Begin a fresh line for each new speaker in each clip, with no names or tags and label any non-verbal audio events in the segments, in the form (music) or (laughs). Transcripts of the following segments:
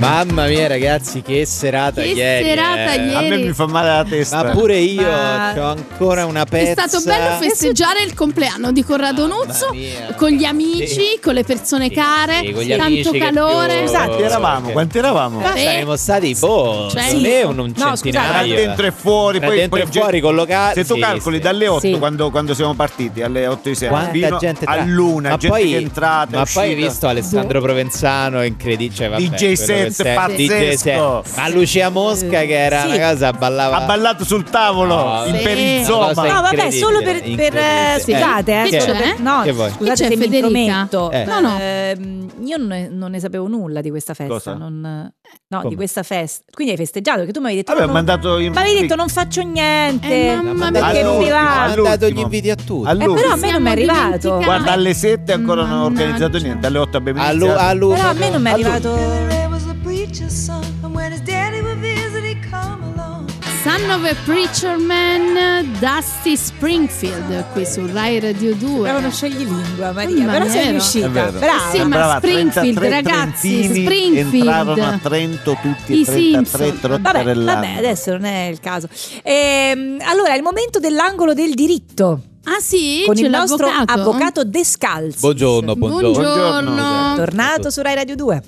Mamma mia, ragazzi, che serata
Che
ieri!
serata
eh.
ieri.
A me mi fa male la testa.
Ma pure io
Ma-
ho ancora una
È
pezza.
stato bello festeggiare il compleanno di Corrado Nuzzo
mia.
con gli amici, con le persone
Sì,
care,
sì, con gli
tanto
amici che
calore.
più- Esatto.
Quanti eravamo? Quanti eravamo?
Vabbè,
Saremmo stati boh,
Cioè-
secondo me un, un
No,
Tra
scusate.
centinaio.
dentro e fuori,
Tra
poi,
dentro
poi
e
ge-
fuori collocati.
Se tu
sì,
calcoli
sì.
dalle 8
Sì.
quando, quando siamo partiti, alle 8 di sera,
Quanta
fino
gente tra-
all'una,
ma
gente
poi,
che è entrata,
Ma poi hai
uscita.
visto Alessandro Provenzano, è incredibile. Cioè, vabbè,
DJ
quello che
set
sei-
pazzesco.
DJ set. Ma Lucia Mosca, che era
Sì.
una cosa, ballava.
Ha ballato sul tavolo,
No,
in
Una
sì.
cosa
perizoma.
No, vabbè,
incredibile,
solo per, per eh,
incredibile.
scusate, eh,
Che
solo
c'è?
per- no,
Che vuoi?
Che
scusate
c'è,
se mi
Federica?
intrometto.
Eh.
No, no.
Ehm, io non ne, non ne sapevo nulla di questa festa,
Cosa?
non- eh, no,
Come?
di questa festa. Quindi hai festeggiato perché tu mi avevi detto
Vabbè, ho
no,
mandato in
Ma avevi detto non faccio niente.
Eh, mamma
mia.
perché mi
Ha
va.
All'ultimo.
mandato gli inviti a tutti.
Eh, però a me non mi è
Siamo
arrivato.
dimenticati.
Guarda, alle 7 ancora non ho
Mannaggia.
organizzato niente, alle 8 abbiamo
Allu-
iniziato.
allu-
Però a me non mi è
Allora,
arrivato.
There was a preacher's son, and when his daddy would visit, he'd come along.
Son of a Preacher Man, Dusty Springfield, qui su Rai Radio 2.
Però non scegli lingua, Maria.
Ma
però sei
vero?
riuscita.
È vero.
Brava.
Sì, ma
Sembrava
Springfield,
33
ragazzi,
trentini
Springfield.
Entrarono a Trento tutti
I
e 33
Simpson.
Vabbè,
trotterellando.
vabbè, adesso non è il caso. Ehm, allora, è il momento dell'angolo del diritto
Ah sì,
con
c'è
il nostro
l'avvocato.
avvocato Descalzi.
Buongiorno, Oh, buongiorno.
Buongiorno.
Tornato su Rai Radio 2.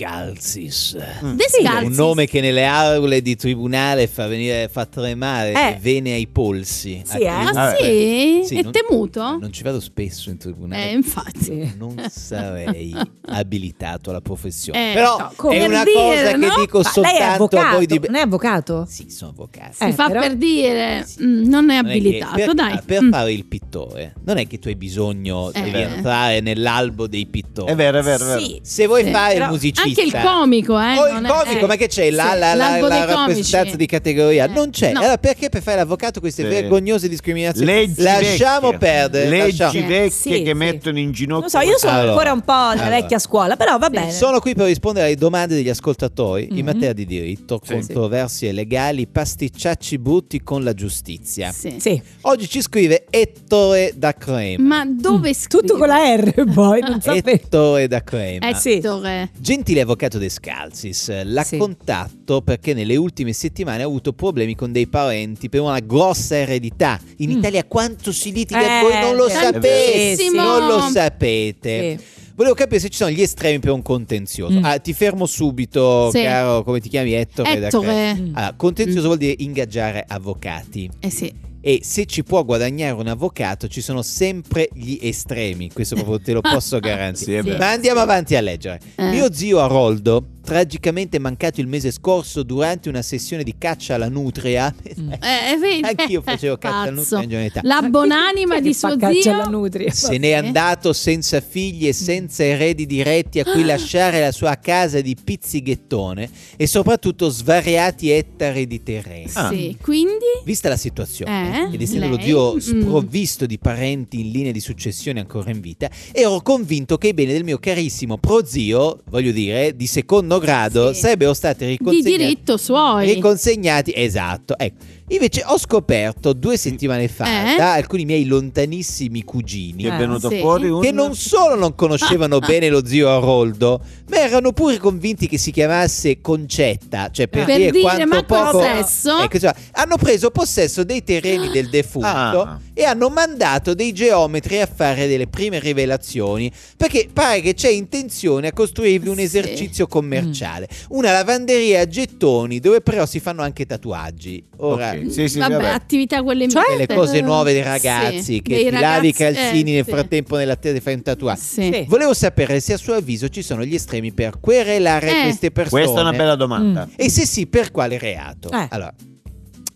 Descalzis.
Descalzi.
Mm. Cioè, Un nome che nelle aule di tribunale fa, venire, fa tremare
Eh.
le vene ai polsi.
Sì,
A chi-
eh?
Ah
Ah,
sì?
Sì,
È
non-
temuto?
Non ci vado spesso in tribunale.
Eh, infatti.
Non
(laughs)
sarei abilitato alla professione.
Eh,
Però
no,
come
è
per
una
dire,
cosa
no?
che dico
Ma lei è
soltanto a
avvocato?
voi di
Non è avvocato?
Sì, sono avvocato. Eh,
Eh,
si fa
però-
per dire,
Sì.
mm, non è
Non è che-
abilitato,
per, ah,
dai.
Per
Mm.
fare il pittore, non è che tu hai bisogno
Eh.
di entrare nell'albo dei pittori.
È vero, è vero, è vero.
Sì.
Se vuoi
Sì,
fare il
però
musicista,
Anche il comico, eh.
o il
non è-
comico,
eh.
ma che c'è? La,
Sì,
la- la-
l'albo
la
dei comici.
rappresentanza di categoria
Eh,
non c'è.
no.
Allora, perché per fare l'avvocato queste
Sì.
vergognose discriminazioni?
Leggi
lasciamo
vecchie.
perdere.
leggi
lasciamo-
Sì,
vecchie
sì.
che mettono in ginocchio.
Non so, io sono
Allora,
ancora un po' alla
allora.
vecchia scuola, però va bene.
Sono qui per rispondere alle domande degli ascoltatori in
Mm-hmm.
Mhm.
materia di diritto,
Sì.
controversie legali, pasticciacci brutti con la giustizia.
Sì.
Sì.
Oggi ci scrive Ettore da Crema.
Ma dove scrive?
Mm. Tutto con la
(laughs)
R poi, non so perché.
Ettore da Crema.
Eh, sì.
Ettore.
Gentile avvocato De Scalzis, la
Sì.
contatto perché nelle ultime settimane ha avuto problemi con dei parenti per una grossa eredità. In
Mm.
Italia quanto si litiga e
Eh,
voi non lo sapete.
tantissimo.
Non lo sapete.
Sì.
Volevo capire se ci sono gli estremi per un contenzioso.
Mm.
Ah, ti fermo subito,
Sì.
caro, come ti chiami? Ettore. da Crema.
Ettore.
Mm.
Allora, contenzioso vuol dire ingaggiare avvocati.
Eh sì.
E se ci può guadagnare un avvocato ci sono sempre gli estremi, questo proprio
(laughs)
te lo posso
Sì,
garantire.
è vero.
Ma andiamo avanti a leggere.
Eh.
Mio zio Aroldo, tragicamente mancato il mese scorso durante una sessione di caccia alla nutria,
Eh, vedi?
(laughs) anch'io
(laughs)
facevo caccia alla
Pazzo.
nutria in giovane età.
La buonanima
Perché
di
fa
suo
caccia
zio.
alla nutria.
Se n'è andato senza figli
Mm.
e senza eredi diretti a
(gasps)
cui lasciare la sua casa di pizzighettone e soprattutto svariati ettari di terreno.
Sì, quindi
Vista la situazione
Eh,
ed essendo lo
lei?
zio
Mm.
sprovvisto di parenti in linea di successione ancora in vita, ero convinto che i beni del mio carissimo prozio, voglio dire, di secondo grado,
Sì.
sarebbero stati
di
riconsegnati.
diritto suoi.
Riconsegnati, esatto. Ecco. Invece ho scoperto due settimane fa
Eh?
da alcuni miei lontanissimi cugini
Che è
Eh,
venuto
sì.
fuori un...
che non solo non conoscevano
(laughs)
bene lo zio Aroldo, ma erano pure convinti che si chiamasse Concetta, cioè per,
Per dire,
quanto
ma
poco
possesso?
Ecco, insomma, hanno preso possesso dei terreni del defunto
Ah.
e hanno mandato dei geometri a fare delle prime rivelazioni, perché pare che c'è intenzione a costruirvi un
Sì. Mm.
esercizio commerciale, una lavanderia a gettoni dove però si fanno anche tatuaggi. Ora
Ok, Sì, sì,
vabbè,
vabbè.
attività quelle
Cioè?
miste.
Delle cose nuove dei ragazzi
Eh, Sì,
che
dei
ti lavi i
ragazzi- eh,
calzini nel
sì.
frattempo nell'attesa di fare un tatuaggio.
Sì.
Sì.
Volevo sapere se a suo avviso ci sono gli estremi per querelare
Eh.
queste persone.
Questa è una
Mm.
bella domanda.
E se sì, per quale reato?
Eh.
Allora,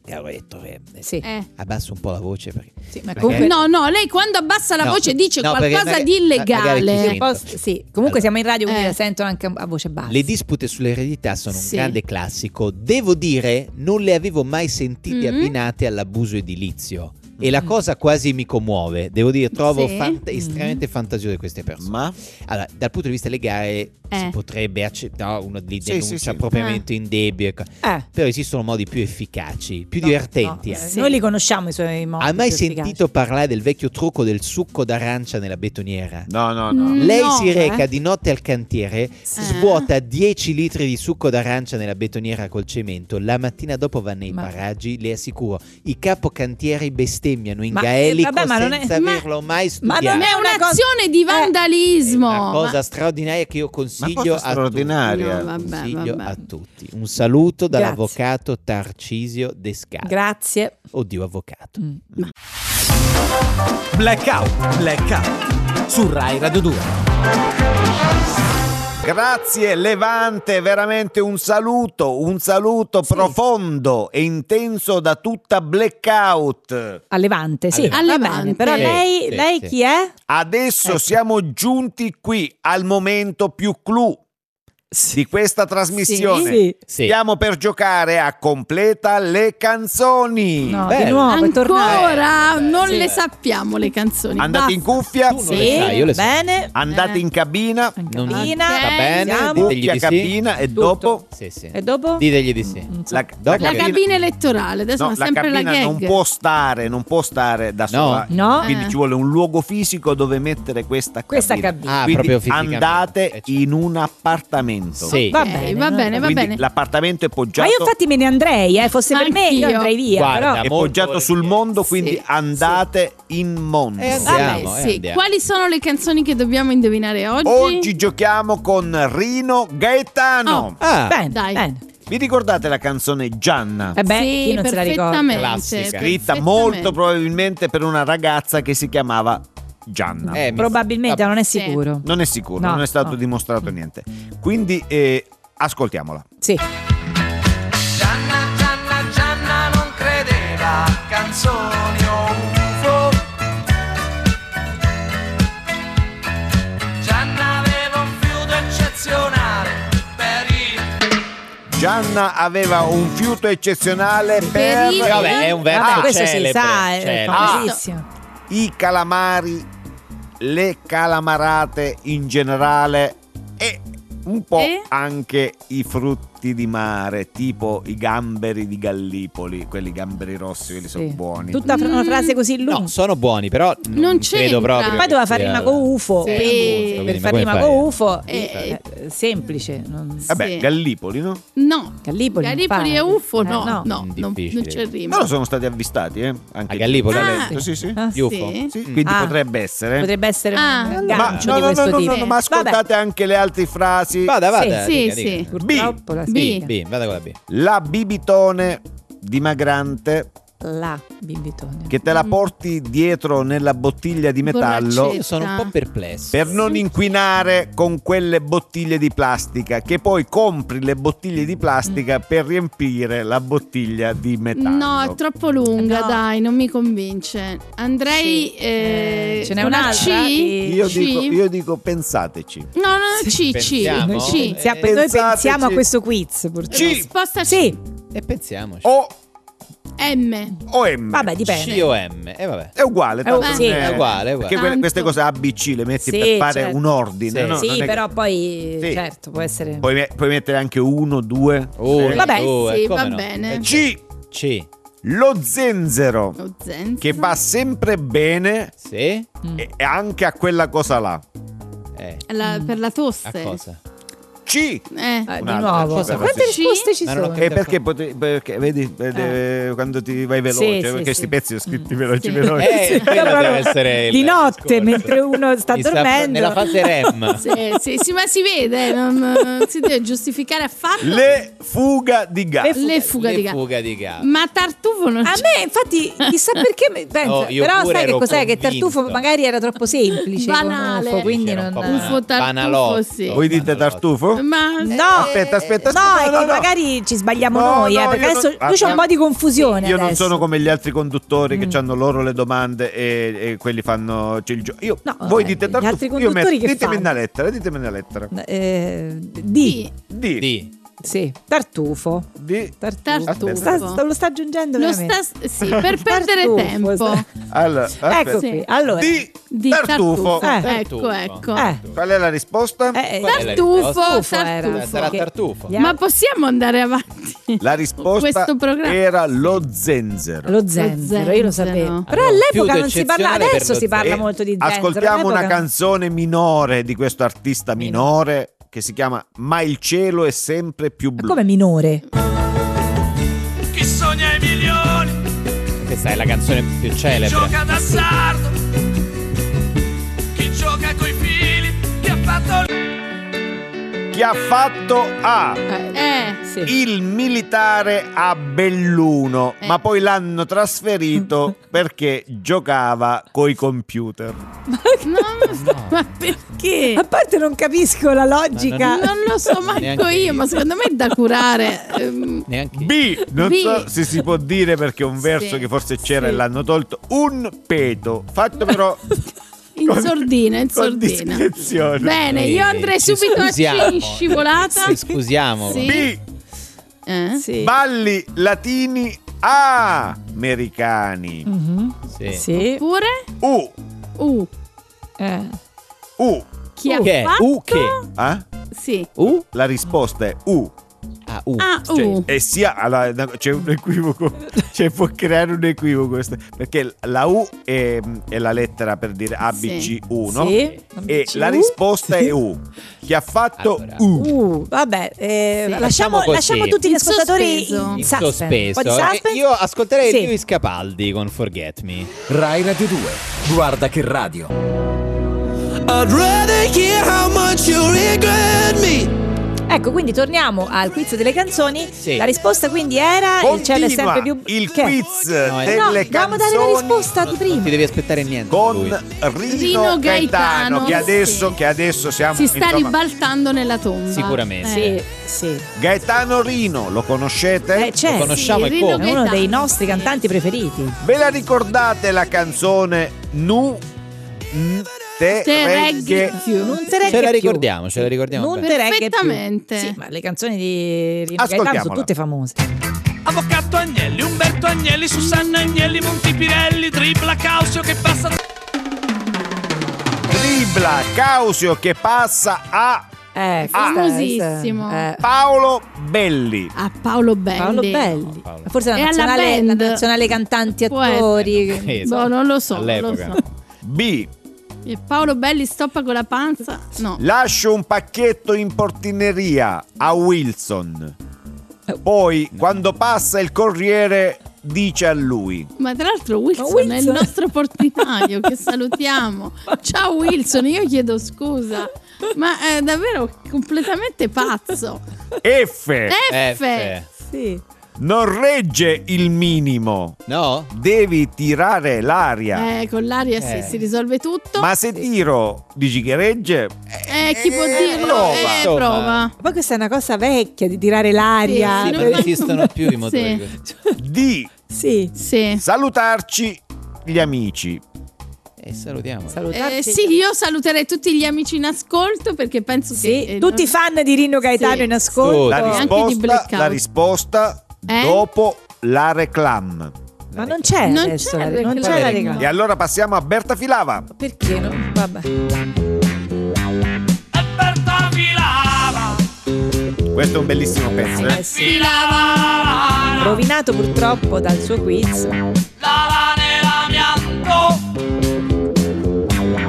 caro Ettore, eh,
Sì.
Eh.
abbasso un po' la voce perché...
Sì, ma
Perché-
comunque
No, no, lei quando abbassa la
No,
voce dice
no, perché
qualcosa
magari-
di
magari chi
illegale.
sente.
Po- sì, comunque
Allora.
siamo in radio, quindi
Eh.
la sento anche a voce bassa.
Le dispute sull'eredità sono un
Sì.
grande classico. Devo dire, non le avevo mai sentite
Mhm.
abbinate all'abuso edilizio. E la cosa quasi mi commuove, devo dire, trovo
Mm. Sì. Mm-hmm.
fant- estremamente fantasiose queste persone.
Ma
Allora, dal punto di vista legale si
Eh.
potrebbe accettare una li
Sì,
denuncia
sì, sì.
propriamente in debito, ecco.
Eh.
però esistono modi più efficaci, più divertenti.
No, eh,
anche.
Noi li conosciamo i suoi modi.
Hai mai
più efficaci.
sentito parlare del vecchio trucco del succo d'arancia nella betoniera?
no, no,
Mm.
no.
Lei
No,
si
eh.
reca di notte al cantiere, svuota 10 litri di succo d'arancia nella betoniera col cemento, la mattina dopo va nei
Ma-
paraggi, le assicuro, i capocantieri bestemmiano in
Ma-
gaelico
eh, vabbè, ma non è-
senza
ma-
averlo mai
ma
studiato.
non
Ma è
una cosa-
un'azione di
Eh,
vandalismo.
eh, Una cosa
Ma-
straordinaria che io
Ma
consiglio,
cosa
a, tutti.
straordinaria.
No, vabbè,
Consiglio
vabbè.
a tutti. Un saluto
Grazie.
dall'avvocato Tarcisio Descati.
Grazie. Mm.
Oddio, avvocato.
Blackout, blackout su Rai Radio 2.
Grazie Levante, veramente un saluto, un saluto profondo e intenso da tutta Blackout.
A Levante, sì.
A
Va
Levante.
bene, però
Sì,
lei,
sì,
lei
sì.
chi è?
Adesso
Ecco.
siamo giunti qui al momento più clou di questa trasmissione.
Sì.
Sì.
Stiamo per giocare a completa le canzoni.
No,
Bello.
di nuovo, è tornato.
Ancora non
Eh, Sì.
le sappiamo le canzoni.
Andate in cuffia,
Tu non le
Sì.
sai, io le so.
Bene.
andate in cabina,
Non-
Cabina,
va bene,
siamo-
ditegli
cuffia,
di sì.
cabina e
Tutto.
dopo
Sì, sì.
E dopo?
Ditegli di sì.
Non so.
la,
Dopo
La
Cabina.
cabina elettorale, adesso
no,
è
la
sempre la,
cabina
gag.
non può stare, non può stare da sola.
No.
Quindi
Eh.
ci vuole un luogo fisico dove mettere questa cabina.
Questa cabina.
Ah,
Quindi
proprio fisicamente.
andate
Eh, certo.
in un appartamento.
Sì.
Va
Ok,
bene,
Eh, va
no?
bene, va
Quindi
bene.
l'appartamento è
Ma
poggiato
io infatti me ne andrei, eh. fosse per me io
Anch'io.
andrei via.
Ah, Guarda,
però.
è
Molto
poggiato sul
volentieri.
mondo, quindi
Sì.
andate in mondo.
Eh,
Vabbè,
Andiamo, eh,
sì.
andiamo.
Quali sono le canzoni che dobbiamo indovinare oggi?
Oggi giochiamo con Rino Gaetano.
Oh.
Ah,
Bene,
Dai.
bene.
Vi ricordate la canzone Gianna?
Eh beh,
sì,
chi non se la ricorda?
perfettamente.
Classica.
scritta
perfettamente.
molto probabilmente per una ragazza che si chiamava Gianna.
eh, mi-
Probabilmente,
Ah,
non è
Sì.
sicuro.
Non è sicuro,
No,
non è stato
no.
dimostrato niente. Quindi eh, ascoltiamola.
Sì.
Gianna, Gianna, Gianna non credeva a canzoni o UFO Gianna aveva un fiuto eccezionale per il
Gianna aveva un fiuto eccezionale per
Per
eh,
il-
Vabbè, è un verbo
Vabbè, Ah, questo
celebre. cioè,
si sa, eh, è
celebre. Ah.
famosissimo.
i calamari, le calamarate in generale e un po'
E?
anche i frutti di mare, tipo i gamberi di Gallipoli, quelli gamberi rossi, quelli sono
Sì.
buoni.
Tutta fra- una frase così lunga.
No, sono buoni, però non,
Non
credo
c'entra.
proprio.
Poi
che
doveva fare
sia-
rima con UFO.
Sì.
Eh, appunto,
Per
quindi, ma
fare
come
rima
fai?
con UFO,
Eh,
eh, semplice. non-
Vabbè,
sì.
Gallipoli, no?
No.
Gallipoli non
Gallipoli
fa.
e UFO?
Eh,
No,
no.
no, non, non
Difficile.
c'è rima.
Loro sono stati avvistati, eh? Anche
A Gallipoli?
Talento,
Ah.
sì, sì.
Ah,
Gli UFO.
Sì.
Sì,
Mm.
Quindi
Ah.
potrebbe essere.
Potrebbe essere
Ah.
un
Ma
gancio
no,
di
no, no,
questo
no, no,
tipo.
no, ma
Vabbè,
ascoltate anche le altre frasi.
Vada, vada.
Sì,
dica,
sì,
dica.
sì.
purtroppo la
B,
sfiga.
B, vada con la B.
La bibitone dimagrante
La bimbitone.
che te la porti dietro nella bottiglia di metallo
Borracce.
Io sono un po' perplesso.
per non inquinare con quelle bottiglie di plastica che poi compri le bottiglie di
Mm.
plastica per riempire la bottiglia di metallo.
No, è troppo lunga,
No.
dai, non mi convince. Andrei
Sì.
eh,
Eh, ce n'è
con la C?
un'altra? Sì.
Io
C?
dico, io dico pensateci.
No, no, no, C, C,
Pensiamo.
Noi,
C.
Sì.
pensiamo, noi
Pensateci.
pensiamo a questo quiz, purtroppo.
Sì.
Risposta C.
Sì,
E pensiamoci.
O
M.
o M.
vabbè, dipende.
C-O-M. E eh, vabbè.
È uguale, tanto
uguale.
non
Sì,
È uguale, è
Perché
uguale.
quelle- queste
Tanto.
cose A, B, C le metti
Sì,
per fare
certo.
un ordine.
Sì.
no? Non
sì,
è che-
però poi
Sì.
certo, può essere
Puoi, me- puoi mettere anche uno, due.
Uno,
Vabbè,
due,
sì,
Uh, come
va
no?
bene.
Eh,
C.
C.
Lo zenzero.
O Zen.
Che va sempre bene
Sì.
Mm.
e e anche a quella cosa là.
Eh,
La- per la
a
tosse.
cosa?
C.
Eh.
Eh, di
Un'altra,
nuovo.
cosa
Quante
così.
risposte ci
Ma non ho
sono?
E perché, pote- perché vedi, vedi,
Eh.
quando ti vai veloce,
Sì, sì,
perché questi
sì.
pezzi sono scritti veloci,
Sì.
veloci.
Eh,
(laughs)
quello deve essere il
di notte
discorso.
mentre uno sta
Mi sta-
dormendo.
nella fase REM.
Sì, sì, sì, ma si vede, non, non eh, si deve giustificare affatto le,
Le fuga di gas.
fuga di Mm.
Le
gas.
fuga di gas.
Ma Tartufo non
A
c'è.
me, infatti, chissà perché mi- penso,
Oh, io
però
pure
sai che
ero
cos'è che
convinto.
Tartufo magari era troppo semplice con
Banale.
UFO, quindi
Era
non
un po'
Ufo
bana-
tartufo, sì.
Voi dite tartufo?
Ma
No, eh,
Aspetta, aspetta,
No,
aspetta.
è che magari ci sbagliamo
No,
noi, eh,
no,
perché
io
adesso
non-
qui c'è un po' di confusione.
Io non
adesso.
sono come gli altri conduttori
Mm.
che hanno loro le domande e, e quelli fanno cioè, il gio- Io,
No,
voi
eh,
dite
gli
tartufo,
altri
io
conduttori
metto-
che
ditemi
fanno?
una lettera, ditemi una lettera.
Eh, D.
sì.
D.
D.
Eh, Sì, tartufo.
Di-
Tartufo.
Tartufo.
Sta- sta- lo sta aggiungendo
Lo sta,
veramente.
sì, per
(laughs)
perdere
Tartufo,
tempo.
sta-
Allora,
Ecco
aspetta.
Sì.
qui. Allora,
Di,
Di
tartufo.
Eh.
Ecco, ecco.
Eh.
Qual è la risposta?
eh,
Qual è la
Tartufo,
tartufo era.
tartufo.
Sarà
Che-
tartufo.
Gli-
Ma possiamo andare avanti?
La risposta
Questo programma-
era lo zenzero.
Lo zenzero,
zenzero.
io lo sapevo.
Allora,
Però all'epoca
più
non si parla,
eccezionale per
adesso
lo
si parla
E
molto di zenzero.
Ascoltiamo una
all'epoca-
canzone minore di questo artista minore che si chiama Ma il cielo è sempre più
Ma
blu.
come minore?
Chi sogna i milioni
Questa è la canzone più celebre.
gioca d'azzardo. Chi gioca coi fili, chi ha fatto l-
Chi ha fatto A
Eh,
Sì.
il militare a Belluno,
Eh.
ma poi l'hanno trasferito perché giocava coi computer.
no, ma- ma perché?
A parte non capisco la logica.
Non lo so manco
Neanche
io,
io.
ma secondo me è da curare. Ehm,
Neanche io.
B, non
B.
so se si può dire perché è un verso
Sì,
che forse c'era
sì.
e l'hanno tolto, un peto, fatto però
In
Con-
sordina, in
con
sordina.
discrezione.
Bene, io
Eh,
andrei
ci
subito a
scusiamo.
C in scivolata.
Sì, scusiamo.
Sì.
B,
Eh?
Sì.
balli latini A, americani.
Mhm.
Sì.
Sì.
Pure?
U,
Uh,
Eh.
U,
chi ha
Che?
fatto?
U che?
eh?
Sì.
U?
La risposta è U. Cioè,
Ah, U.
Ah,
Sì.
uh.
E sia, allora, no, c'è un equivoco, cioè può creare un equivoco questo, perché la U è, è la lettera per dire A, B,
Sì.
C, U, no?
Sì.
E
C,
la
U.
risposta è U. Chi ha fatto
Allora.
U?
Uh, vabbè,
Sì.
eh,
Facciamo
lasciamo,
così.
lasciamo tutti gli
In
ascoltatori
sospeso.
in,
In
suspense. Un po' di
sospeso. Eh,
suspense.
Io ascolterei
Sì.
Lewis Capaldi con Forget Me.
Rai Radio 2, guarda che radio.
I'd rather hear how much you regret me.
Ecco, quindi torniamo al quiz delle canzoni.
Sì.
La risposta quindi era il cielo è Eh, sempre più
il
che?
quiz
No, è-
delle
No,
canzoni
dobbiamo dare la risposta di
Non ti
prima.
devi aspettare niente. da
con
lui.
Rino,
Rino
Gaetano,
Gaetano,
che adesso,
sì.
che adesso siamo
Si sta
insomma,
ribaltando nella tomba. Eh,
Sicuramente.
Sì, sì.
Gaetano Rino, lo conoscete?
Eh, c'è,
conosciamo
sì,
e
Rino
è
come.
uno
Gaetano,
dei nostri
sì.
cantanti preferiti.
Ve la ricordate la canzone Nu N- Te
Te
Regge?
regge più.
Non te regge
Ce la
più.
ricordiamo, ce la ricordiamo
Non
bene.
te regge più.
Perfettamente.
Sì, ma le canzoni di Rino Gaetano sono
Ascoltiamola.
tutte famose. Eh,
Avvocato Agnelli, Umberto Agnelli, Susanna Agnelli, Monti Pirelli, Tripla Causio che passa
Dribla Causio che passa a
Eh,
Ah.
questa-
Famosissimo.
questa- eh,
Paolo Belli.
A Paolo Belli.
Paolo Belli.
Paolo.
Ma Forse la
E alla
nazionale, la
band.
nazionale cantanti
Può essere.
attori.
Esatto.
Boh, non lo so, non lo
All'epoca.
so.
B.
E Paolo Belli stoppa con la panza? No.
Lascio un pacchetto in portineria a Wilson. Poi, quando passa il corriere, dice a lui.
Ma tra l'altro Wilson,
Ma Wilson-
è il nostro portinaio che salutiamo.
(laughs)
Ciao Wilson, io chiedo scusa. Ma è davvero completamente pazzo.
F.
F.
eh,
F.
Sì.
Non regge il minimo.
No?
Devi tirare l'aria.
Eh, con l'aria sì,
Eh.
si risolve tutto.
Ma se tiro, dici che regge?
Eh, chi può
Eh,
dirlo?
prova,
eh,
insomma.
prova.
Poi questa è una cosa vecchia di tirare l'aria.
Sì, sì,
non
non-
esistono più i motori
Sì.
così.
Di
Sì.
Sì.
salutarci gli amici.
E salutiamo.
Salutarci.
Eh, sì, io saluterei tutti gli amici in ascolto perché penso
Sì,
che... eh,
tutti i
non-
fan di Rino Gaetano
Sì.
in ascolto.
Tutti.
La
Anche di
risposta,
blackout.
la risposta
Eh?
dopo la reclam.
Ma non c'è
Non c'è
adesso la, non
la
c'è la
reclama.
E
reclama.
allora passiamo a Berta Filava.
Perché no? Vabbè.
Alberto Filava,
Questo è un bellissimo pezzo. eh.
Eh sì.
Filava,
Rovinato purtroppo dal suo quiz.
la lana e l'amianto,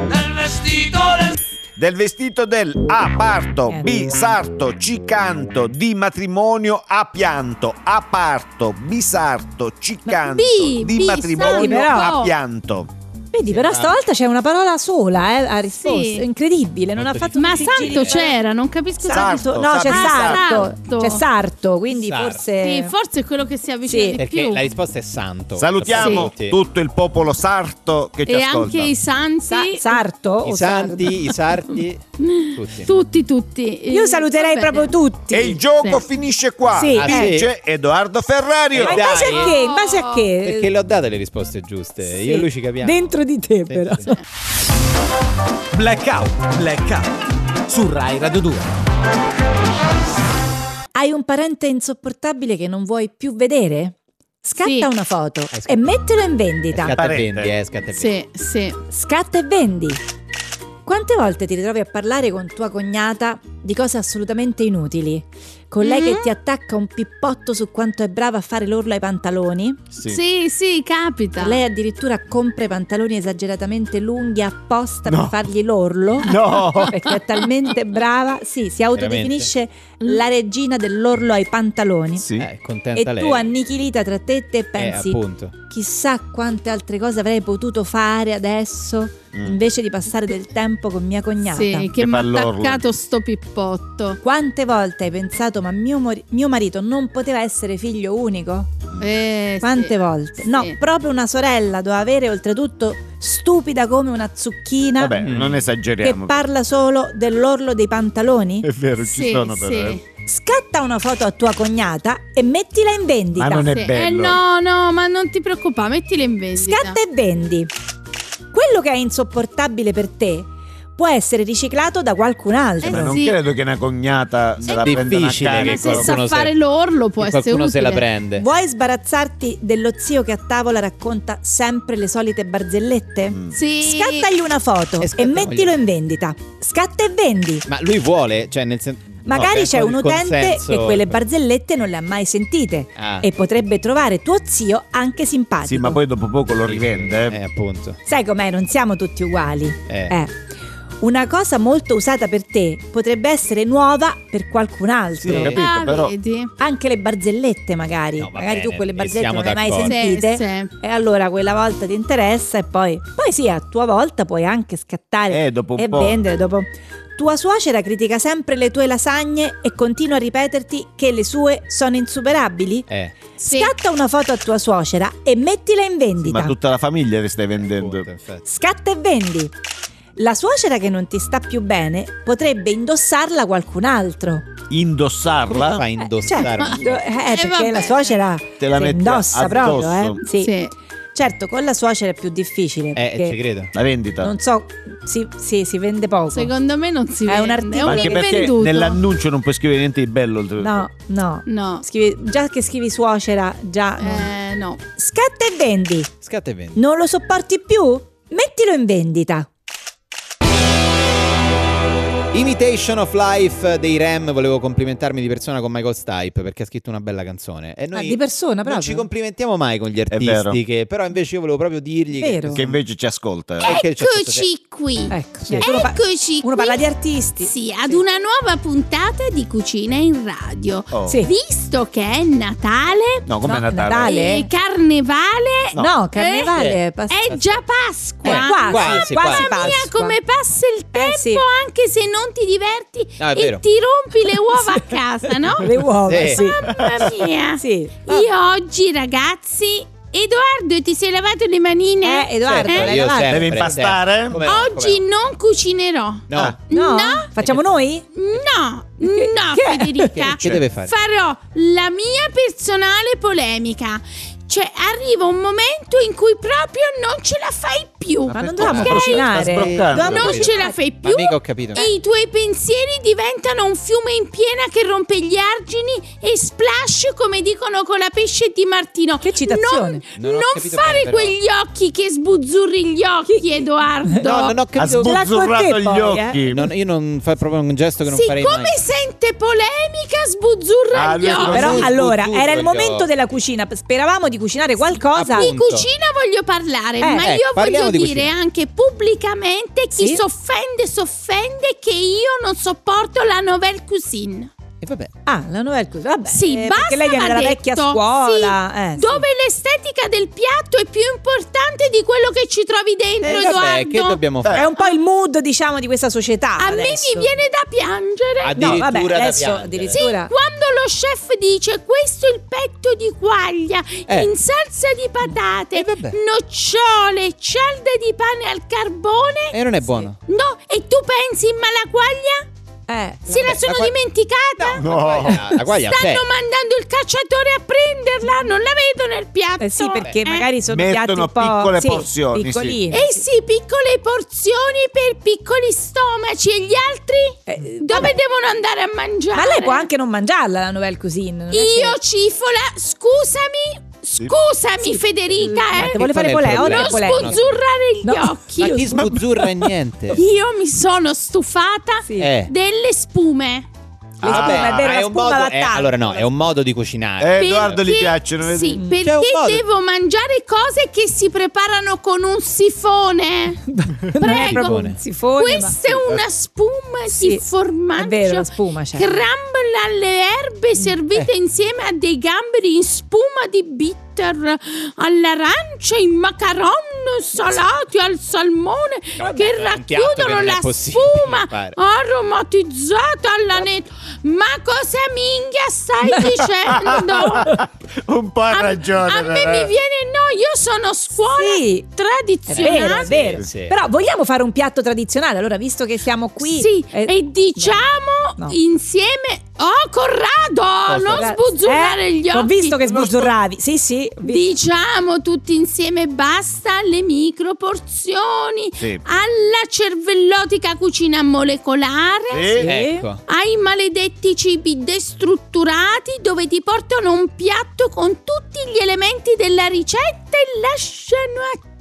nel vestito del
Del vestito del A parto,
Eh.
B sarto, C canto, D matrimonio, A pianto, A parto, B sarto, C canto,
B,
D
B
matrimonio,
sarto.
A pianto.
Vedi, però
Esatto.
stavolta c'è una parola sola eh, a risposta.
Sì.
È incredibile, non
Molto Ah,
ha fatto
Ma
un
Santo
sigillo.
c'era, non capisco...
Sa-
Santo- No, c'è
Sarto.
Sarto.
Sarto.
C'è Sarto, quindi
Sarto.
Sì,
forse.
forse è quello che si avvicina
Sì.
di
Perché
più.
la risposta è santo.
Salutiamo
Sì.
tutto il popolo sarto che ci
E
ascolta.
anche i santi.
Sa- Sarto.
I
o
santi, i
(laughs)
sarti, tutti.
Tutti, tutti.
Sarto?
Eh,
Io saluterei proprio
tutti.
tutti.
E il gioco
Sì.
finisce qua,
Sì.
Eh, Ah, sì?
dice Edoardo
Ma
Ferrario.
in base a
Dai.
che? In base a che?
Perché le ho date le risposte giuste. Io e lui ci capiamo.
eh, Dentro di te,
Sì,
però.
sì.
Blackout, blackout su Rai Radio 2.
Hai un parente insopportabile che non vuoi più vedere? Scatta
Sì.
una foto
scattato.
e mettilo in vendita.
Scatta e
Parente.
vendi, eh, scatta e
Sì,
vendi.
sì.
Scatta e vendi. Quante volte ti ritrovi a parlare con tua cognata di cose assolutamente inutili? Con lei
Mhm.
che ti attacca un pippotto su quanto è brava a fare l'orlo ai pantaloni?
Sì.
Sì, sì, capita.
Lei addirittura compra i pantaloni esageratamente lunghi apposta
No.
per fargli l'orlo?
No.
Perché è talmente brava, sì, si autodefinisce
Veramente?
la regina dell'orlo ai pantaloni.
Sì.
Eh, contenta
E
lei.
tu annichilita tra te e
Eh,
pensi,
appunto.
chissà quante altre cose avrei potuto fare adesso
Mm.
invece di passare del tempo con mia cognata.
Sì, che
Che
mi ha
fa l'orlo.
attaccato sto pippotto.
Quante volte hai pensato, ma mio, mori- mio marito non poteva essere figlio unico?
Mm.
Eh,
Quante
sì.
volte?
Sì.
No, proprio una sorella doveva avere oltretutto stupida come una zucchina
Vabbè,
Mm.
non
che
esageriamo.
parla solo dell'orlo dei pantaloni?
È vero,
Sì,
ci sono
sì.
però. eh.
Scatta una foto a tua cognata e mettila in vendita.
Ma non è
Sì.
bello.
Eh no, no, ma non ti preoccupare, mettile in vendita.
Scatta e vendi. Quello che è insopportabile per te può essere riciclato da qualcun altro.
Eh
Ma non
sì.
credo che una cognata se la prenda una
difficile
cane
che
Ma se
con-
sa
qualcuno- se-
fare l'orlo può
Che
essere
qualcuno se la
utile.
prende.
Vuoi sbarazzarti dello zio che a tavola racconta sempre le solite barzellette?
Mm.
Sì.
Scattagli una foto
E
e,
scattagli-
mettilo in vendita. Scatta e vendi.
Ma lui vuole, cioè nel senso...
Magari c'è un utente che
barzellette
quelle barzellette non le ha mai sentite
Ah.
e potrebbe trovare tuo zio anche simpatico.
Sì, ma poi dopo poco lo rivende. eh.
Eh, appunto.
Sai com'è, non siamo tutti uguali.
Eh.
Eh. Una cosa molto usata per te potrebbe essere nuova per qualcun altro.
Sì, capito,
Ah,
però-
vedi?
Anche le barzellette, magari.
No, va
magari
bene,
tu quelle
ne
barzellette
siamo
non le hai mai
d'accordo.
Sì,
sentite.
sì.
E allora quella volta ti interessa e poi, poi sì, a tua volta puoi anche scattare
Eh, dopo un
e
po'.
vendere dopo. Tua suocera critica sempre le tue lasagne e continua a ripeterti che le sue sono insuperabili.
Eh,
Sì.
Scatta una foto a tua suocera e mettila in
Sì,
vendita.
ma tutta la famiglia le stai vendendo.
appunto, infatti.
Scatta e vendi. La suocera che non ti sta più bene potrebbe indossarla qualcun altro.
Come fa a
Indossarla?
(laughs)
indossare? un-
do- eh,
Eh,
perché
vabbè.
la suocera
Te la
se
metti
indossa
addosso.
proprio, eh? Sì.
Sì.
Certo, con la suocera è più difficile
Eh,
perché
ci credo.
La vendita.
non so, si, sì, si vende poco.
Secondo me non si
È un
vende,
articolo.
è
Ma
un
anche perché
invenduto.
nell'annuncio non puoi scrivere niente di bello. oltretutto.
No, no.
No.
Scrivi- già che scrivi suocera, già non-
Eh, no.
Scatta e vendi.
Scatta e vendi.
Non lo sopporti più? Mettilo in vendita.
Imitation of Life dei Ram, volevo complimentarmi di persona con Michael Stipe perché ha scritto una bella canzone. E noi
Ah, di persona
non
proprio.
ci complimentiamo mai con gli
vero.
artisti, che- però invece io volevo proprio dirgli che-
Vero.
Che invece ci ascolta. eh.
perché c'è questo-
Eccoci qui.
Ecco,
Sì.
uno, pa-
Eccoci qui.
uno parla di artisti.
Sì, ad una nuova puntata di Cucina in Radio.
Oh.
Sì.
Visto che è Natale,
No, com'è
Eh. No,
Natale?
Natale. Ale?
e Carnevale,
No, carnevale
Eh?
è pas-
è già Pasqua.
Eh, quasi,
quasi,
quasi
quasi.
Mamma mia,
Pasqua.
come passa il tempo
sì.
anche se non ti diverti
No, è
e
vero.
ti rompi le uova a casa, no?
(laughs) Le uova,
Sì.
sì.
Mamma mia.
(laughs) Sì. Ah. Eh,
Io oggi, ragazzi, Edoardo, ti sei lavato le manine?
Eh, Edoardo,
Cioè,
Certo,
lei
io
davanti.
sempre,
Deve impastare?
sempre. Come no,
Oggi
come
non cucinerò.
no.
Ah.
No?
No.
Facciamo noi?
No, no,
che-
Federica.
che deve fare?
Farò la mia personale polemica. Cioè, arriva un momento in cui proprio non ce la fai più.
Ma
perché?
non dovevamo
Sta
cucinare.
sbroccando.
Dovevamo-
Non
capito.
ce la fai
Ma
più.
mica ho capito.
E i tuoi pensieri diventano un fiume in piena che rompe gli argini e splash, come dicono con la pesce di Martino.
Che citazione.
Non ho
Non, non
capito
fare
bene, però.
quegli occhi che sbuzzurri gli occhi, Edoardo.
No, non ho
Ha
capito.
sbuzzurrato
Ce l'ha
gli
con te poi,
occhi.
Non- io non fa proprio un gesto che non farei mai.
Siccome sente polemica, sbuzzurra
Ah,
gli
lui
occhi.
Però
sì,
allora,
tutto,
era il
tutto,
momento
io-
della cucina. Speravamo di cucinare qualcosa.
Appunto.
Di cucina voglio parlare,
Eh,
ma
ecco,
io
parliamo
voglio
di
dire
cucina.
anche pubblicamente chi
Sì?
s'offende, s'offende che io non sopporto la nouvelle cuisine.
E vabbè.
Ah, la novella così. Vabbè.
Sì,
eh,
basta.
Perché lei viene
va
dalla
detto.
vecchia scuola.
Sì,
eh, sì.
Dove l'estetica del piatto è più importante di quello che ci
E
trovi
Eh,
dentro,
vabbè, che
Edoardo.
dobbiamo fare?
È un po' il mood, diciamo, di questa società.
A me
adesso.
mi viene da piangere.
Addirittura
No, vabbè,
da
adesso
piangere.
Sì,
addirittura.
quando lo chef dice questo è il petto di quaglia
Eh.
in salsa di patate,
Eh, vabbè.
nocciole, cialde di pane al carbone.
E non è buono.
No, e tu pensi, ma la quaglia?
Eh,
Se la
Vabbè,
sono
ma qua-
dimenticata?
No.
La guaglia- la guaglia c'è.
Stanno mandando il cacciatore a prenderla, non la vedo nel piatto.
eh sì, perché
Eh.
magari sono
Mettono
piatti un po'
piccole
sì,
porzioni, sì.
piccolini.
Eh sì, piccole porzioni per piccoli stomaci e gli altri?
Eh,
Dove devono andare a mangiare?
Ma lei può anche non mangiarla la nouvelle cuisine. non è che-
Io, cifola, scusami, scusami
Sì.
Federica,
Guarda,
eh.
Qual
Vuole fare
è il
polè, ora
Non
è polè.
scusi-
spuzzurrare gli
No.
occhi.
Ma chi spuzzurra
(laughs)
niente?
Io mi sono stufata
Sì.
Eh.
delle spume.
Le
Ah,
spume,
beh,
è vero, la
un
spuma
modo,
va
eh,
tanto.
allora no, è un modo di cucinare.
Eh, Edoardo gli
Perché-
piacciono le
Mm.
Sì,
C'è un modo.
perché devo mangiare cose che si preparano con
(laughs)
un sifone?
Non è
Prego.
proprio un sifone, ma-
Questa è una spuma
Sì,
di formaggio.
è vero, la spuma certo. c'è.
Crumble alle erbe servite
Eh.
insieme a dei gamberi in spuma di bitter, all'arancia, in macaron salati, al salmone che
è un piatto che
racchiudono
non è
la
possibile
spuma
fare.
aromatizzata all'aneto. Ma cosa minchia stai
(laughs)
dicendo?
Un po'
A-
ha ragione.
A, me
però.
mi viene no, io sono scuola
Sì. È vero, è
tradizionale.
vero.
Sì.
Però vogliamo fare un piatto tradizionale, allora visto che siamo qui...
Sì,
eh,
e diciamo
no, no.
insieme Oh Corrado, non
Guarda,
sbuzzurrare
eh,
gli occhi.
Ho visto che sbuzzurravi. Sì, sì. ho visto.
Diciamo tutti insieme basta alle micro porzioni,
Sì.
alla cervellotica cucina molecolare.
Sì.
Ecco.
Ai maledetti cibi destrutturati dove ti portano un piatto con tutti gli elementi della ricetta e lasciano a te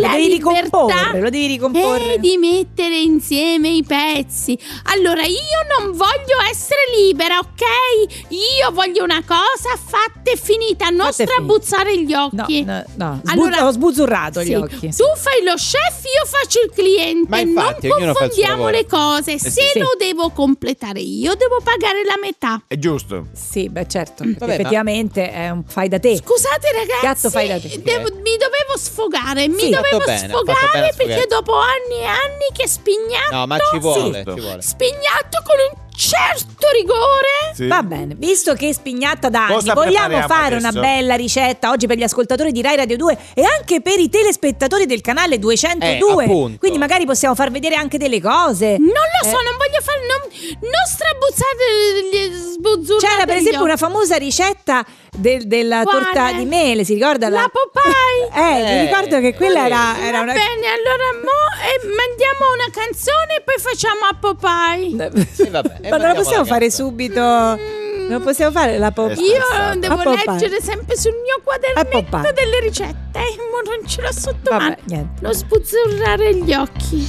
la
lo devi
libertà
ricomporre, lo devi ricomporre.
e Eh, di mettere insieme i pezzi. Allora io non voglio essere libera, ok? Io voglio una cosa fatta e finita, non
Fatta e
strabuzzare gli
No,
occhi.
no, no. Sbu-
Allora-
ho sbuzzurrato
Sì,
gli occhi. sì.
Tu fai lo chef, io faccio il cliente.
Ma infatti,
non
ognuno fa il suo
confondiamo
lavoro. Eh
le cose. Se
sì.
lo devo completare io, devo pagare la metà.
È giusto.
Sì, beh, certo. perché
Mm. Vabbè, ma-
effettivamente è un fai da te.
Scusate ragazzi,
Cazzo fai da te.
devo- mi dovevo sfogare,
Sì.
mi dovevo
Fatto bene, fatto
sfogare
bene a
perché
sfogarsi.
dopo anni e anni che spignato,
No, ma ci vuole,
Sì.
ci vuole.
spignato con un certo rigore.
Sì.
Va bene, visto che spignatta da anni,
Cosa
vogliamo
prepariamo
fare
adesso?
una bella ricetta oggi per gli ascoltatori di Rai Radio 2 e anche per i telespettatori del canale 202.
Eh, appunto.
Quindi magari possiamo far vedere anche delle cose.
Non lo
Eh.
so, non voglio fare, non, non strabuzzate eh, gli sbuzzurrate
C'era per
gli
esempio
occhi.
una famosa ricetta del- della
Quale?
torta di mele, si ricorda?
La Popeye.
(laughs) Eh, mi ricordo che quella era, era
Va
una...
bene, allora mo eh, mandiamo una canzone e poi facciamo a Popeye.
Sì, vabbè, e
(laughs) Ma non la
mandiamo
possiamo
la
fare
canzone.
subito... Non possiamo fare la Popeye.
Eh,
Io
Esatto.
devo
A Popeye.
leggere sempre sul mio
A Popeye.
quadernetto delle ricette. eh, mo non ce l'ho sotto
Vabbè,
mano.
niente.
Lo spuzzurrare gli occhi.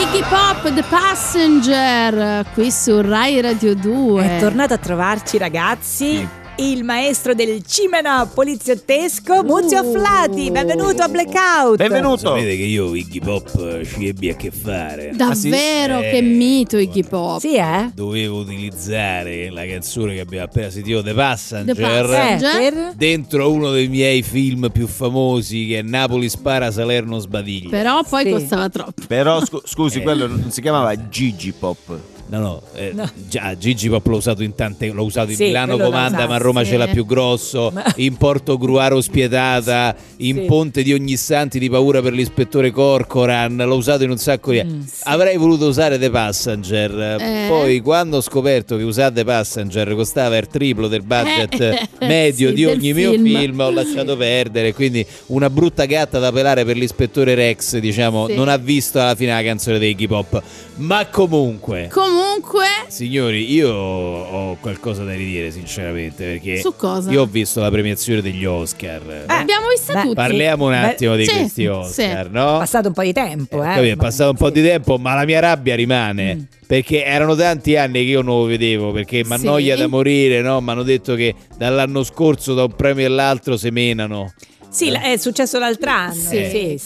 Iggy Pop, The Passenger, qui su Rai Radio 2.
È tornato a trovarci, ragazzi. Il maestro del cimeno
Uh.
poliziottesco, Muzio Flati. Benvenuto a Blackout.
Benvenuto.
Sapete che io Iggy Pop eh, ci ebbi a che fare.
Davvero, che
Eh,
mito Iggy Pop.
Sì, eh?
Dovevo utilizzare la canzone che abbiamo appena sentito, The
The
Passenger.
Eh,
Passenger.
per-
Dentro uno dei miei film più famosi che è Napoli spara, Salerno sbadiglia.
Però poi
Sì.
costava troppo.
Però scu- scusi,
Eh.
quello non si chiamava Gigi Pop.
No, no, eh,
No.
già Gigi Pop l'ho usato in tante, l'ho usato in
Sì,
Milano
quello lo
Comanda,
sa,
ma a Roma
sì.
ce l'ha più grosso,
Ma-
(laughs) in Porto Gruaro Spietata, in
Sì.
Ponte di Ogni Santi di paura per l'ispettore Corcoran, l'ho usato in un sacco di...
Mm, sì.
Avrei voluto usare The Passenger,
Eh.
poi quando ho scoperto che usare The Passenger costava il triplo del
(laughs)
budget
Eh,
medio
sì,
di
del
ogni mio
film.
film, ho lasciato perdere, quindi una brutta gatta da pelare per l'ispettore Rex, diciamo,
Sì.
non ha visto alla fine la canzone dei Iggy Pop, ma comunque...
Comunque,
Eh.
Signori, io ho qualcosa da ridire, sinceramente, perché
su cosa?
io ho visto la premiazione degli Oscar.
Eh,
Abbiamo visto
Beh,
tutti.
Parliamo un
Beh,
attimo di
sì,
questi
sì.
Oscar, no?
È passato un po' di tempo, eh.
Capito, è passato un po' di tempo, ma la mia rabbia rimane.
Mm.
Perché erano tanti anni che io non lo vedevo, perché mi
Sì.
annoia da morire, no? Mi hanno detto che dall'anno scorso da un premio all'altro semenano.
Sì, la- è successo l'altro anno.
Sì.
Sì, sì.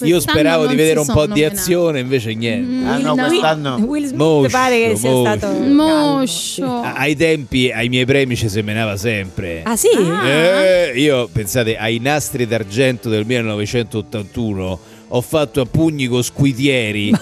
Io
Quest'anno
speravo di
non
vedere
si
un po'
sono
di
menati.
azione, invece niente.
Mm,
Ah, no,
no.
quest'anno.
Will Smith
Moscio,
pare che sia
moscio.
stato... calmo, sì.
Moscio.
A- Ai tempi, ai miei premi ci semenava sempre.
Ah sì?
Ah.
Eh, io pensate ai nastri d'argento del 1981 ho fatto a pugni con squitieri
Ah,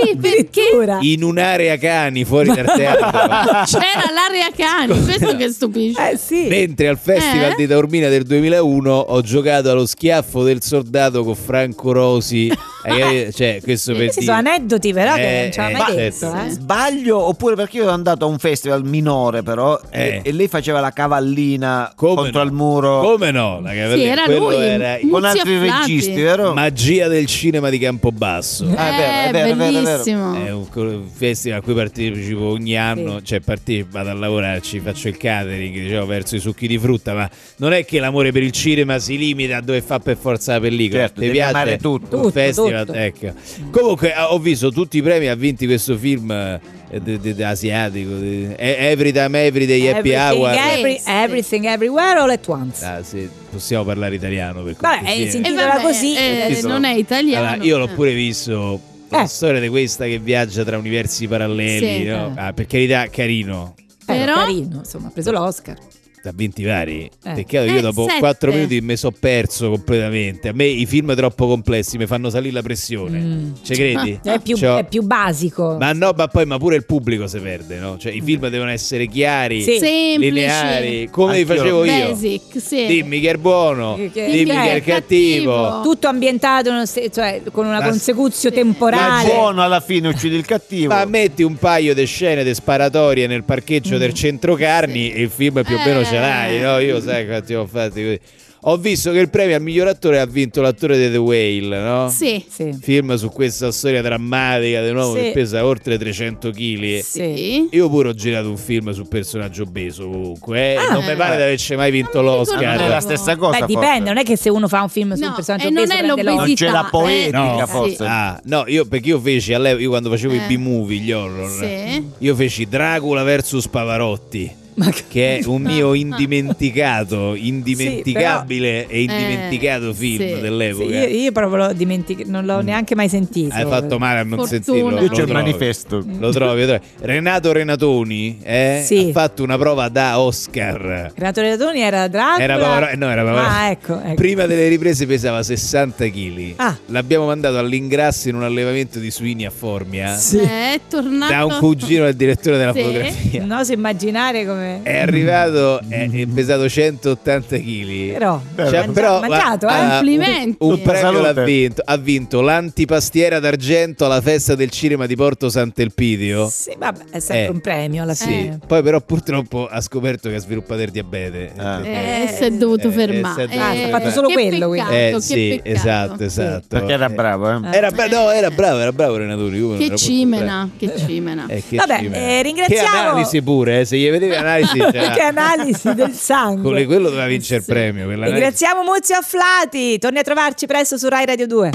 è Sì, perché
Addirittura.
In un'area cani fuori dal teatro.
c'era l'area cani, questo che stupisce.
Eh sì.
Mentre al Festival
Eh?
di Taormina del 2001 ho giocato allo schiaffo del soldato con Franco
(laughs)
Rosi. Eh, cioè, questo per
Questi sono
dire.
aneddoti però che
Eh,
non ci
eh,
aveva mai
ma-
detto.
eh,
eh.
Sbaglio oppure perché io ero andato a un festival minore però
Eh.
e, e lei faceva la cavallina
Come
contro
no?
al muro
Come no? La cavallina,
Sì, era
quello
lui.
era
con
Nunzio
altri
Flati.
registi, vero?
magia del cinema di Campobasso.
Ah, è vero, è
Eh,
vero, è vero, è vero.
bellissimo.
È Eh, un co- festival a cui partecipo ogni anno, cioè partecipo, vado a lavorarci, faccio il catering, diciamo, verso i succhi di frutta, ma non è che l'amore per il cinema si limita a dove fa per forza la pellicola.
Certo,
Ti
devi
piace?
amare tutto.
Un
Tutto,
festival,
tutto.
ecco. Comunque ah, ho visto tutti i premi, ha vinto questo film eh, de- de- de- asiatico, de- e- Every Time Everyday Happy
Everything,
Hour.
every-
Sì.
everything, everywhere, all at once.
Ah, se possiamo parlare italiano per
Vabbè,
cortesia.
eh, sì.
E
Intitola
vabbè,
così.
eh,
Sì, sono-
non è italiano.
Allora, io l'ho
Eh.
pure visto la
Eh.
storia di questa che viaggia tra universi paralleli,
Sì.
no? Ah, per carità, carino.
Però,
Però-
carino, insomma, ha preso l'Oscar.
Da 20 vari.
Eh.
Peccato che
Eh,
io dopo
sette.
4 minuti mi sono perso completamente. A me i film troppo complessi mi fanno salire la pressione.
Mm.
Ci credi?
È più,
C'ho-
è più basico.
Ma no, ma poi ma pure il pubblico si perde, no? Cioè i film devono essere chiari,
Sì.
Semplici.
lineari, come li
Anch'io
facevo io.
Basic, sì.
Dimmi che è buono,
Che- che-
dimmi
che
che
è
è cattivo.
cattivo.
Tutto ambientato in uno se- cioè, con una
La-
consecuzio
Ma
temporale.
il buono alla fine uccide il cattivo.
Ma metti un paio di scene di sparatorie nel parcheggio
Mm.
del centro Carni e il film più o meno
Eh.
ce l'hai, no? Io sai quanti ho fatti così. Ho visto che il premio al miglior attore ha vinto l'attore di The Whale, no?
Sì.
Sì.
Film su questa storia drammatica di un uomo
Sì.
che pesa oltre 300 kg.
Sì.
Io pure ho girato un film su personaggio obeso comunque, eh,
Ah.
non mi pare di averci mai vinto
Non mi
Ah, non
l'Oscar.
è la
ricordavo.
stessa cosa.
Beh,
forse.
dipende, non è che se uno fa un film su un
No,
personaggio
e non
obeso
è
prende
l'obesità.
l'Oscar.
Non c'è la
eh.
poetica,
No.
forse.
Ah, no, io perché io feci all'epoca, io quando facevo i
Eh.
B-movie, gli horror,
Sì.
io feci Dracula vs Pavarotti.
Ma che-
che è
(laughs)
un mio indimenticato, indimenticabile e
però-
indimenticato
Eh,
film
sì,
Sì,
dell'epoca.
io, io proprio l'ho dimenticato, non l'ho neanche mai sentito.
Mm. Hai fatto male a non
Fortuna.
sentirlo.
Qui
Lo
Qui c'è il
trovi.
manifesto.
Lo trovi, lo trovi. Renato Renatoni eh,
Sì.
ha fatto una prova da Oscar.
Renato Redatoni era Dracula.
Era Pavaro- no, era Pavaro-
Ah, ecco, ecco.
Prima delle riprese pesava 60 kg.
Ah.
L'abbiamo mandato all'ingrasso in un allevamento di suini a Formia
Sì.
Eh, È tornato
da un cugino del direttore della
Sì.
fotografia.
Non so immaginare come...
È arrivato, è, è pesato 180 kg.
Però...
Cioè,
mangia-
però,
mangiato,
ah,
eh.
ah,
Complimenti.
Un, un
Tutta
premio
salute.
l'ha vinto. Ha vinto l'antipastiera d'argento alla festa del cinema di Porto Sant'Elpidio.
Sì, vabbè, è sempre
Eh.
un premio alla
Sì.
fine.
Poi però purtroppo ha scoperto che ha sviluppato il diabete.
Ah.
Perché-
Eh, si è dovuto
eh,
fermare.
eh, si è dovuto
Eh,
fermare. Ha fatto
solo
che
quello, quindi.
peccato,
Eh,
che
sì,
peccato.
esatto, esatto.
Perché era
Eh,
bravo, eh?
Era, bra- no, era bravo, era bravo Renaturi. come era
Che
molto
cimena, che cimena.
bravo. Eh, che
Vabbè,
cimena.
eh, ringraziamo-
Che analisi pure, eh, se gli vedevi
(laughs)
analisi... cioè,
Che analisi del sangue.
con le- quello doveva vincere
Sì.
il premio. quella-
Ringraziamo Muzio Afflati. Torni a trovarci presto su Rai Radio 2.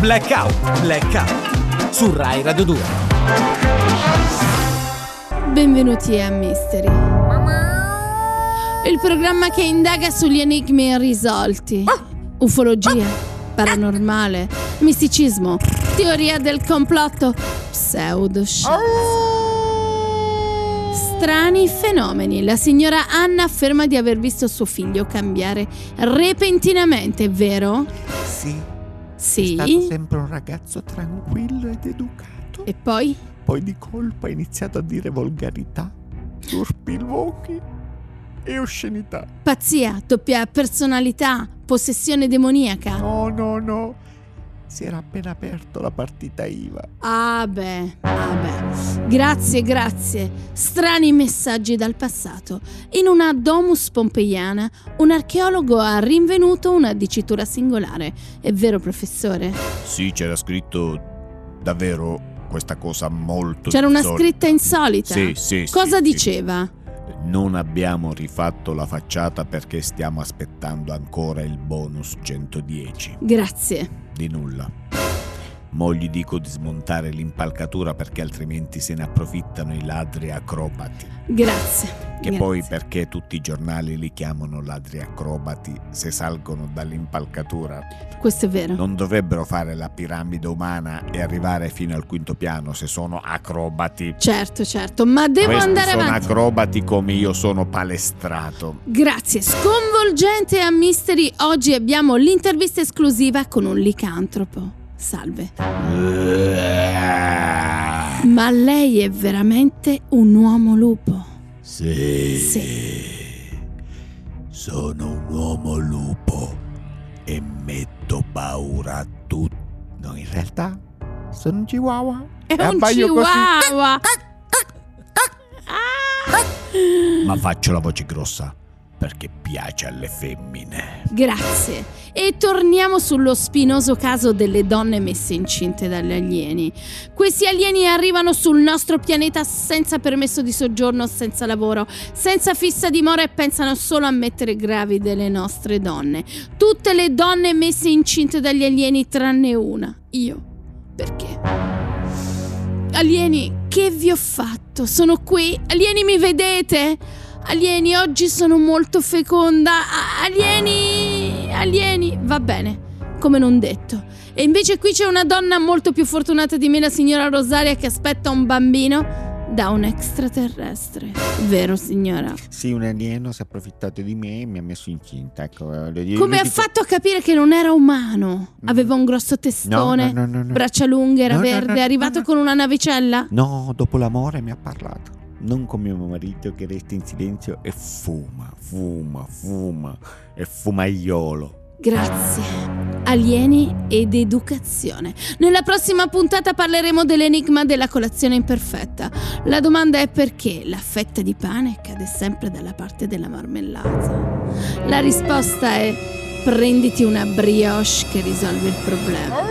Blackout, blackout su Rai Radio 2.
Benvenuti a Mystery. Il programma che indaga sugli enigmi irrisolti. Ufologia, paranormale, misticismo, teoria del complotto, pseudoscienza. Strani fenomeni. La signora Anna afferma di aver visto suo figlio cambiare repentinamente, vero?
Sì,
Sì.
sempre un ragazzo tranquillo ed educato.
E poi?
Poi di colpo ha iniziato a dire volgarità, turpiloqui e oscenità.
Pazzia, doppia personalità, possessione demoniaca.
No, no, no. Si era appena aperto la partita IVA.
Ah beh, ah beh. Grazie, grazie. Strani messaggi dal passato. In una domus pompeiana, un archeologo ha rinvenuto una dicitura singolare. È vero, professore?
Sì, c'era scritto davvero questa cosa molto
C'era una
insolita.
scritta insolita.
Sì, sì, sì,
Cosa
sì.
diceva?
Non abbiamo rifatto la facciata perché stiamo aspettando ancora il bonus 110.
Grazie.
Di nulla. Mo' gli dico di smontare l'impalcatura perché altrimenti se ne approfittano i ladri acrobati.
Grazie.
Che
grazie.
poi perché tutti i giornali li chiamano ladri acrobati se salgono dall'impalcatura?
Questo è vero.
Non dovrebbero fare la piramide umana e arrivare fino al quinto piano se sono acrobati.
Certo, certo, ma devo
Questi
andare
sono
avanti.
acrobati come io sono palestrato.
Grazie, sconvolgente a Mystery. Oggi abbiamo l'intervista esclusiva con un licantropo. Salve.
Eh,
Ma lei è veramente un uomo lupo.
Sì.
Sì.
Sono un uomo lupo e metto paura a tutti. No, in realtà sono un chihuahua.
È
E
un
abbaio così.
chihuahua.
Ma faccio la voce grossa perché piace alle femmine.
Grazie. E torniamo sullo spinoso caso delle donne messe incinte dagli alieni. Questi alieni arrivano sul nostro pianeta senza permesso di soggiorno, senza lavoro, senza fissa dimora e pensano solo a mettere gravide le nostre donne. Tutte le donne messe incinte dagli alieni tranne una. Io. Perché? Alieni, che vi ho fatto? Sono qui. Alieni, mi vedete? Alieni, oggi sono molto feconda. A- Alieni, alieni, va bene, come non detto. E invece qui c'è una donna molto più fortunata di me, la signora Rosaria, che aspetta un bambino da un extraterrestre. Vero, signora?
Sì, un alieno si è approfittato di me e mi ha messo incinta. Ecco, voglio dire-
Come ha
dico-
fatto a capire che non era umano? Aveva un grosso
No,
testone,
no, no, no, no.
braccia lunghe, era
No, no,
verde,
no,
è arrivato
no.
con una navicella?
No, dopo l'amore mi ha parlato. Non come mio marito che resta in silenzio e fuma, fuma, fuma. E fumaiolo.
Grazie. Alieni ed educazione. Nella prossima puntata parleremo dell'enigma della colazione imperfetta. La domanda è perché la fetta di pane cade sempre dalla parte della marmellata. La risposta è prenditi una brioche che risolve il problema.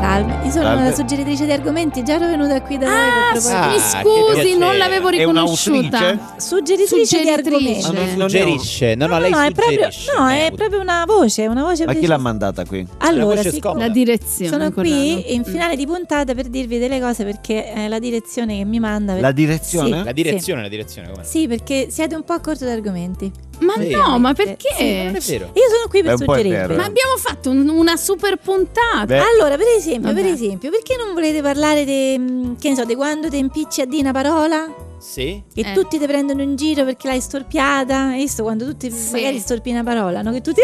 Salve, io sono
Salve.
una suggeritrice di argomenti, già ero venuta qui da lei
Ah,
per
s-
proporre-
mi scusi,
piacere.
non l'avevo
È
riconosciuta.
un'autrice?
Suggeritrice, di
Suggeritrice.
argomenti.
non-
Suggerisce, no, no, lei
è proprio,
suggerisce.
no, è
Neutra.
proprio una voce, una voce
Ma chi
precisa.
l'ha mandata qui?
Allora,
voce
sic-
scomoda.
La direzione.
sono
Corrado.
qui in finale di puntata per dirvi delle cose perché è la direzione che mi manda. per-
La direzione?
La direzione, la direzione, come no?
Sì, perché siete un po' a corto di argomenti.
Ma
Sì.
no, ma
Sì,
Non
perché?
è vero.
Io sono qui
Beh,
per
un po' è
suggerirvi.
vero. eh.
Ma abbiamo fatto un- una super puntata.
Beh,
Allora, per esempio, per
Vabbè.
esempio, perché non volete parlare di, mm, che ne so, di quando ti impicci a dire una parola
Sì?
e
Eh.
tutti ti prendono in giro perché l'hai storpiata? Hai visto quando tutti
Sì.
magari storpi una parola, no? Che tutti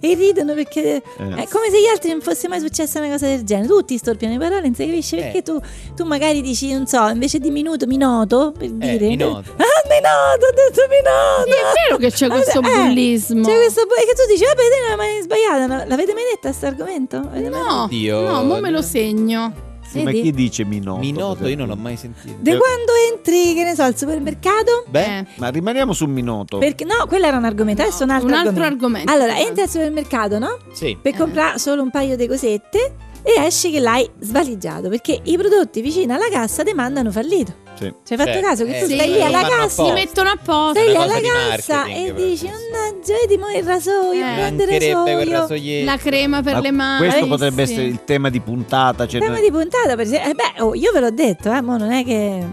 e ridono perché
eh.
è come se agli altri non fosse mai successa una cosa del genere. Tutti storpiano le parole, non si capisce perché
Eh.
tu, tu magari dici, non so, invece di minuto, minuto, per
Eh,
dire.
minuto.
(laughs) Ah, minuto, ho detto minuto!
Sì, è vero che
(laughs)
c'è questo
Eh,
bullismo.
C'è questo bu- e che tu dici, vabbè, te non l'hai mai sbagliata, no? l'avete mai detta sta argomento? Avete mai-
No,
Oddio.
no, mo me lo segno.
Sì, ma chi dice Minoto?
Minoto
per
io non l'ho
esempio?
mai sentito.
De quando entri, che ne so, al supermercato?
Beh,
Eh,
Ma rimaniamo su Minoto.
Perché no, quello era un argomento, adesso un altro,
un altro
argomento.
argomento.
Allora, entri al supermercato, no?
sì.
Per
Eh.
comprare solo un paio di cosette e esci che l'hai svaligiato, perché i prodotti vicino alla cassa ti mandano fallito.
Sì.
Ci hai fatto
Cioè,
caso che
eh,
tu
sì,
stai lì
lo
alla
fanno
cassa,
Li
apposta.
mettono a posto.
stai lì
Una
alla
cosa di
cassa e
marketing,
dici,
proprio, sì.
mannaggia, vedi mo il rasoio,
Eh,
prende il
Mancherebbe quel
rasoio.
rasoietto.
La crema per
Ma
le mani.
Questo
Sì.
potrebbe essere il tema di puntata. Cioè
Tema
noi-
di puntata, per esempio. Eh beh, oh, io ve l'ho detto, eh, mo non è che...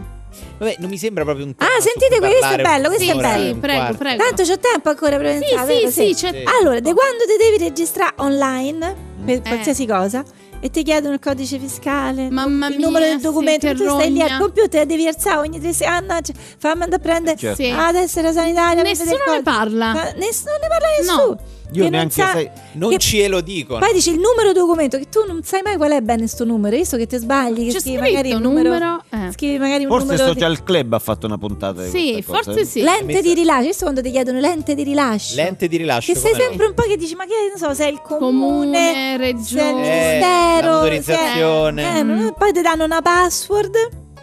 Vabbè, non mi sembra proprio un
Ah,
tema su
sentite,
cui
questo è
parlare
bello, questo è
un'ora,
bello.
Sì,
un
prego,
quarto.
prego.
Tanto c'ho tempo ancora per
sì,
pensare.
sì,
vero?
sì, c'è
Sì.
Allora, da quando ti devi registrare online per
Eh.
qualsiasi cosa e ti chiedono il codice fiscale,
Mamma
il
mia,
numero del
sì,
documento, tu stai lì al
terrogna.
computer, devi alzare ogni tre se- ah, no, cioè, fammi andare a prendere
Certo.
Sì.
ah, tessera sanitaria. mi vede il
Nessuno ne
codice.
parla.
Ma nessuno ne parla nessuno. Che
Io
non
neanche
sa-
sai.
Non
Che-
ce lo dicono.
Poi dice il numero documento che tu non sai mai qual è bene sto numero, hai visto che ti sbagli, che
C'è
scrivi magari
scritto
un
un
numero,
numero. eh.
scrivi magari un
Forse
numero di-
Social Club ha fatto una puntata di
Sì,
questa cosa. eh?
forse sì.
lente di rilascio, hai visto quando ti chiedono lente di rilascio?
Lente di rilascio.
Che sei
come no?
sempre un po' che dici, ma che non so, sei il comune,
Comune,
sei il
regione.
Eh,
ministero,
la
sei-
motorizzazione.
eh, non- poi ti danno una password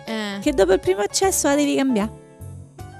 eh.
che dopo il primo accesso la devi cambiare.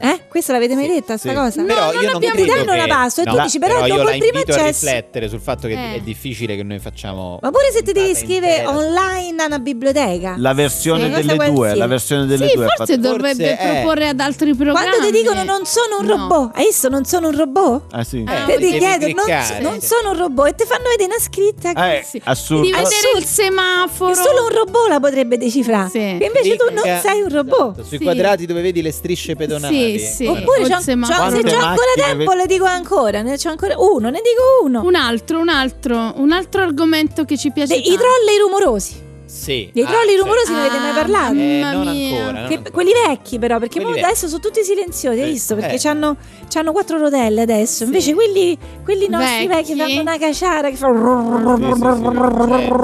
Eh? Questa l'avete mai detta, sta
sì.
cosa?
però
non
io non
abbiamo-
credo
Danno
che...
la passo e tu
No,
dici, però dopo
io la
il primo
invito a
accesso-
riflettere sul fatto che
Eh.
è difficile che noi facciamo...
Ma pure se ti devi
puntata
iscrivere
intera.
online a una biblioteca.
La versione
Sì, una
delle
cosa
due.
qualsiasi.
La versione delle
Sì,
due. ha
forse
fatto-
dovrebbe
forse, eh.
proporre ad altri programmi.
Quando ti dicono non sono un
No.
robot, hai visto non sono un robot?
Ah, sì.
Eh,
Te
devi
ti chiedono non, so-
cliccare.
non sono un robot e ti fanno vedere una
Ah.
scritta. che
Eh,
sì.
assurdo.
Di vedere il
Assurdo.
semaforo.
Solo un robot la potrebbe decifrare.
Sì.
E invece tu non
Clicca-
sei un robot.
Esatto, Sui
Sì.
quadrati dove vedi le strisce pedonali.
Sì, sì. o
Oppure
il
c'ho- c'ho- se c'ho
semaforo.
Quante
ancora
macchine
tempo
ve-
le dico ancora, ne c'ho ancora uno, ne dico uno.
Un altro, un altro, un altro argomento che ci piace.
De- I
tanto.
troll e i rumorosi.
Sì.
Dei
Ah,
trolli
sì.
rumorosi ne avete mai parlato?
Eh, non
Mamma mia.
ancora. non
Che-
ancora.
quelli vecchi però perché
Quelli
mo
vecchi.
adesso sono tutti silenziosi hai
Sì.
visto perché
Eh.
c'hanno, c'hanno quattro rotelle adesso invece quelli, quelli nostri
Vecchi.
vecchi fanno una caciara che fa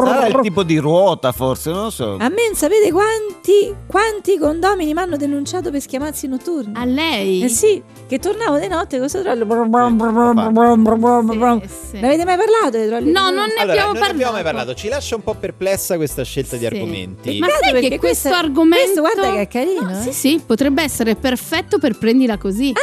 Sarà il tipo di ruota forse, non lo so.
a me sapete quanti quanti condomini mi hanno denunciato per schiamazzi notturni
A lei?
eh sì che tornavo di notte con questo trollo
Sì, sì.
ne avete mai parlato dei trolli
No, non ne
Allora,
abbiamo
non
parlato.
abbiamo mai parlato. Ci lascia un po' perplessa questa scelta
Sì.
di argomenti.
Ma
Peccato
sai che
perché
questo
questo-
argomento
questo guarda che è carino,
No,
eh.
Sì, sì, potrebbe essere perfetto per prendila così.
Eh,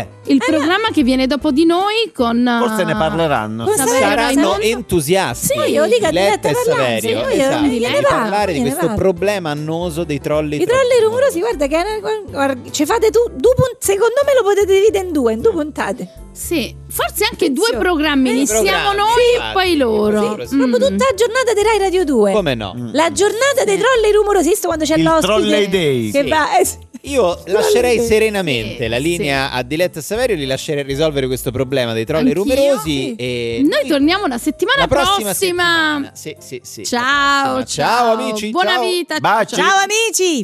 Ah,
Il programma che viene dopo di noi con uh,
Forse ne parleranno.
Forse- Sapete
saranno
cosa?
entusiasti.
Sì, io dico a
Diletta e
Diletta Parlanza,
Saverio.
io-
esatto,
io-
di
gliene parlo,
parlare di
gliene
questo
parlo.
problema annoso dei trolli.
I trolli rumorosi, guarda che è una- guarda, ci fate tu, due pun- secondo me lo potete dividere in due, in due puntate.
Sì, forse anche due
Attenzione.
programmi,
Due
iniziamo
programmi,
noi e
infatti,
poi loro.
così,
Sì,
Mm.
Proprio tutta la giornata di Rai Radio 2.
Come no?
La giornata dei troll rumorosi, visto quando c'è
Il
l'ospite.
Trolley Day.
Che
Sì.
va, eh, sì.
Io lascerei
Sì,
serenamente la
sì.
linea a Diletta e Saverio, li lascerei risolvere questo problema dei troll
Anch'io?
rumorosi.
Sì.
E
Noi torniamo la settimana
la prossima.
prossima.
settimana. Sì, sì, sì.
Ciao,
La prossima. ciao, amici.
Buona
ciao.
vita.
Baci.
Ciao amici!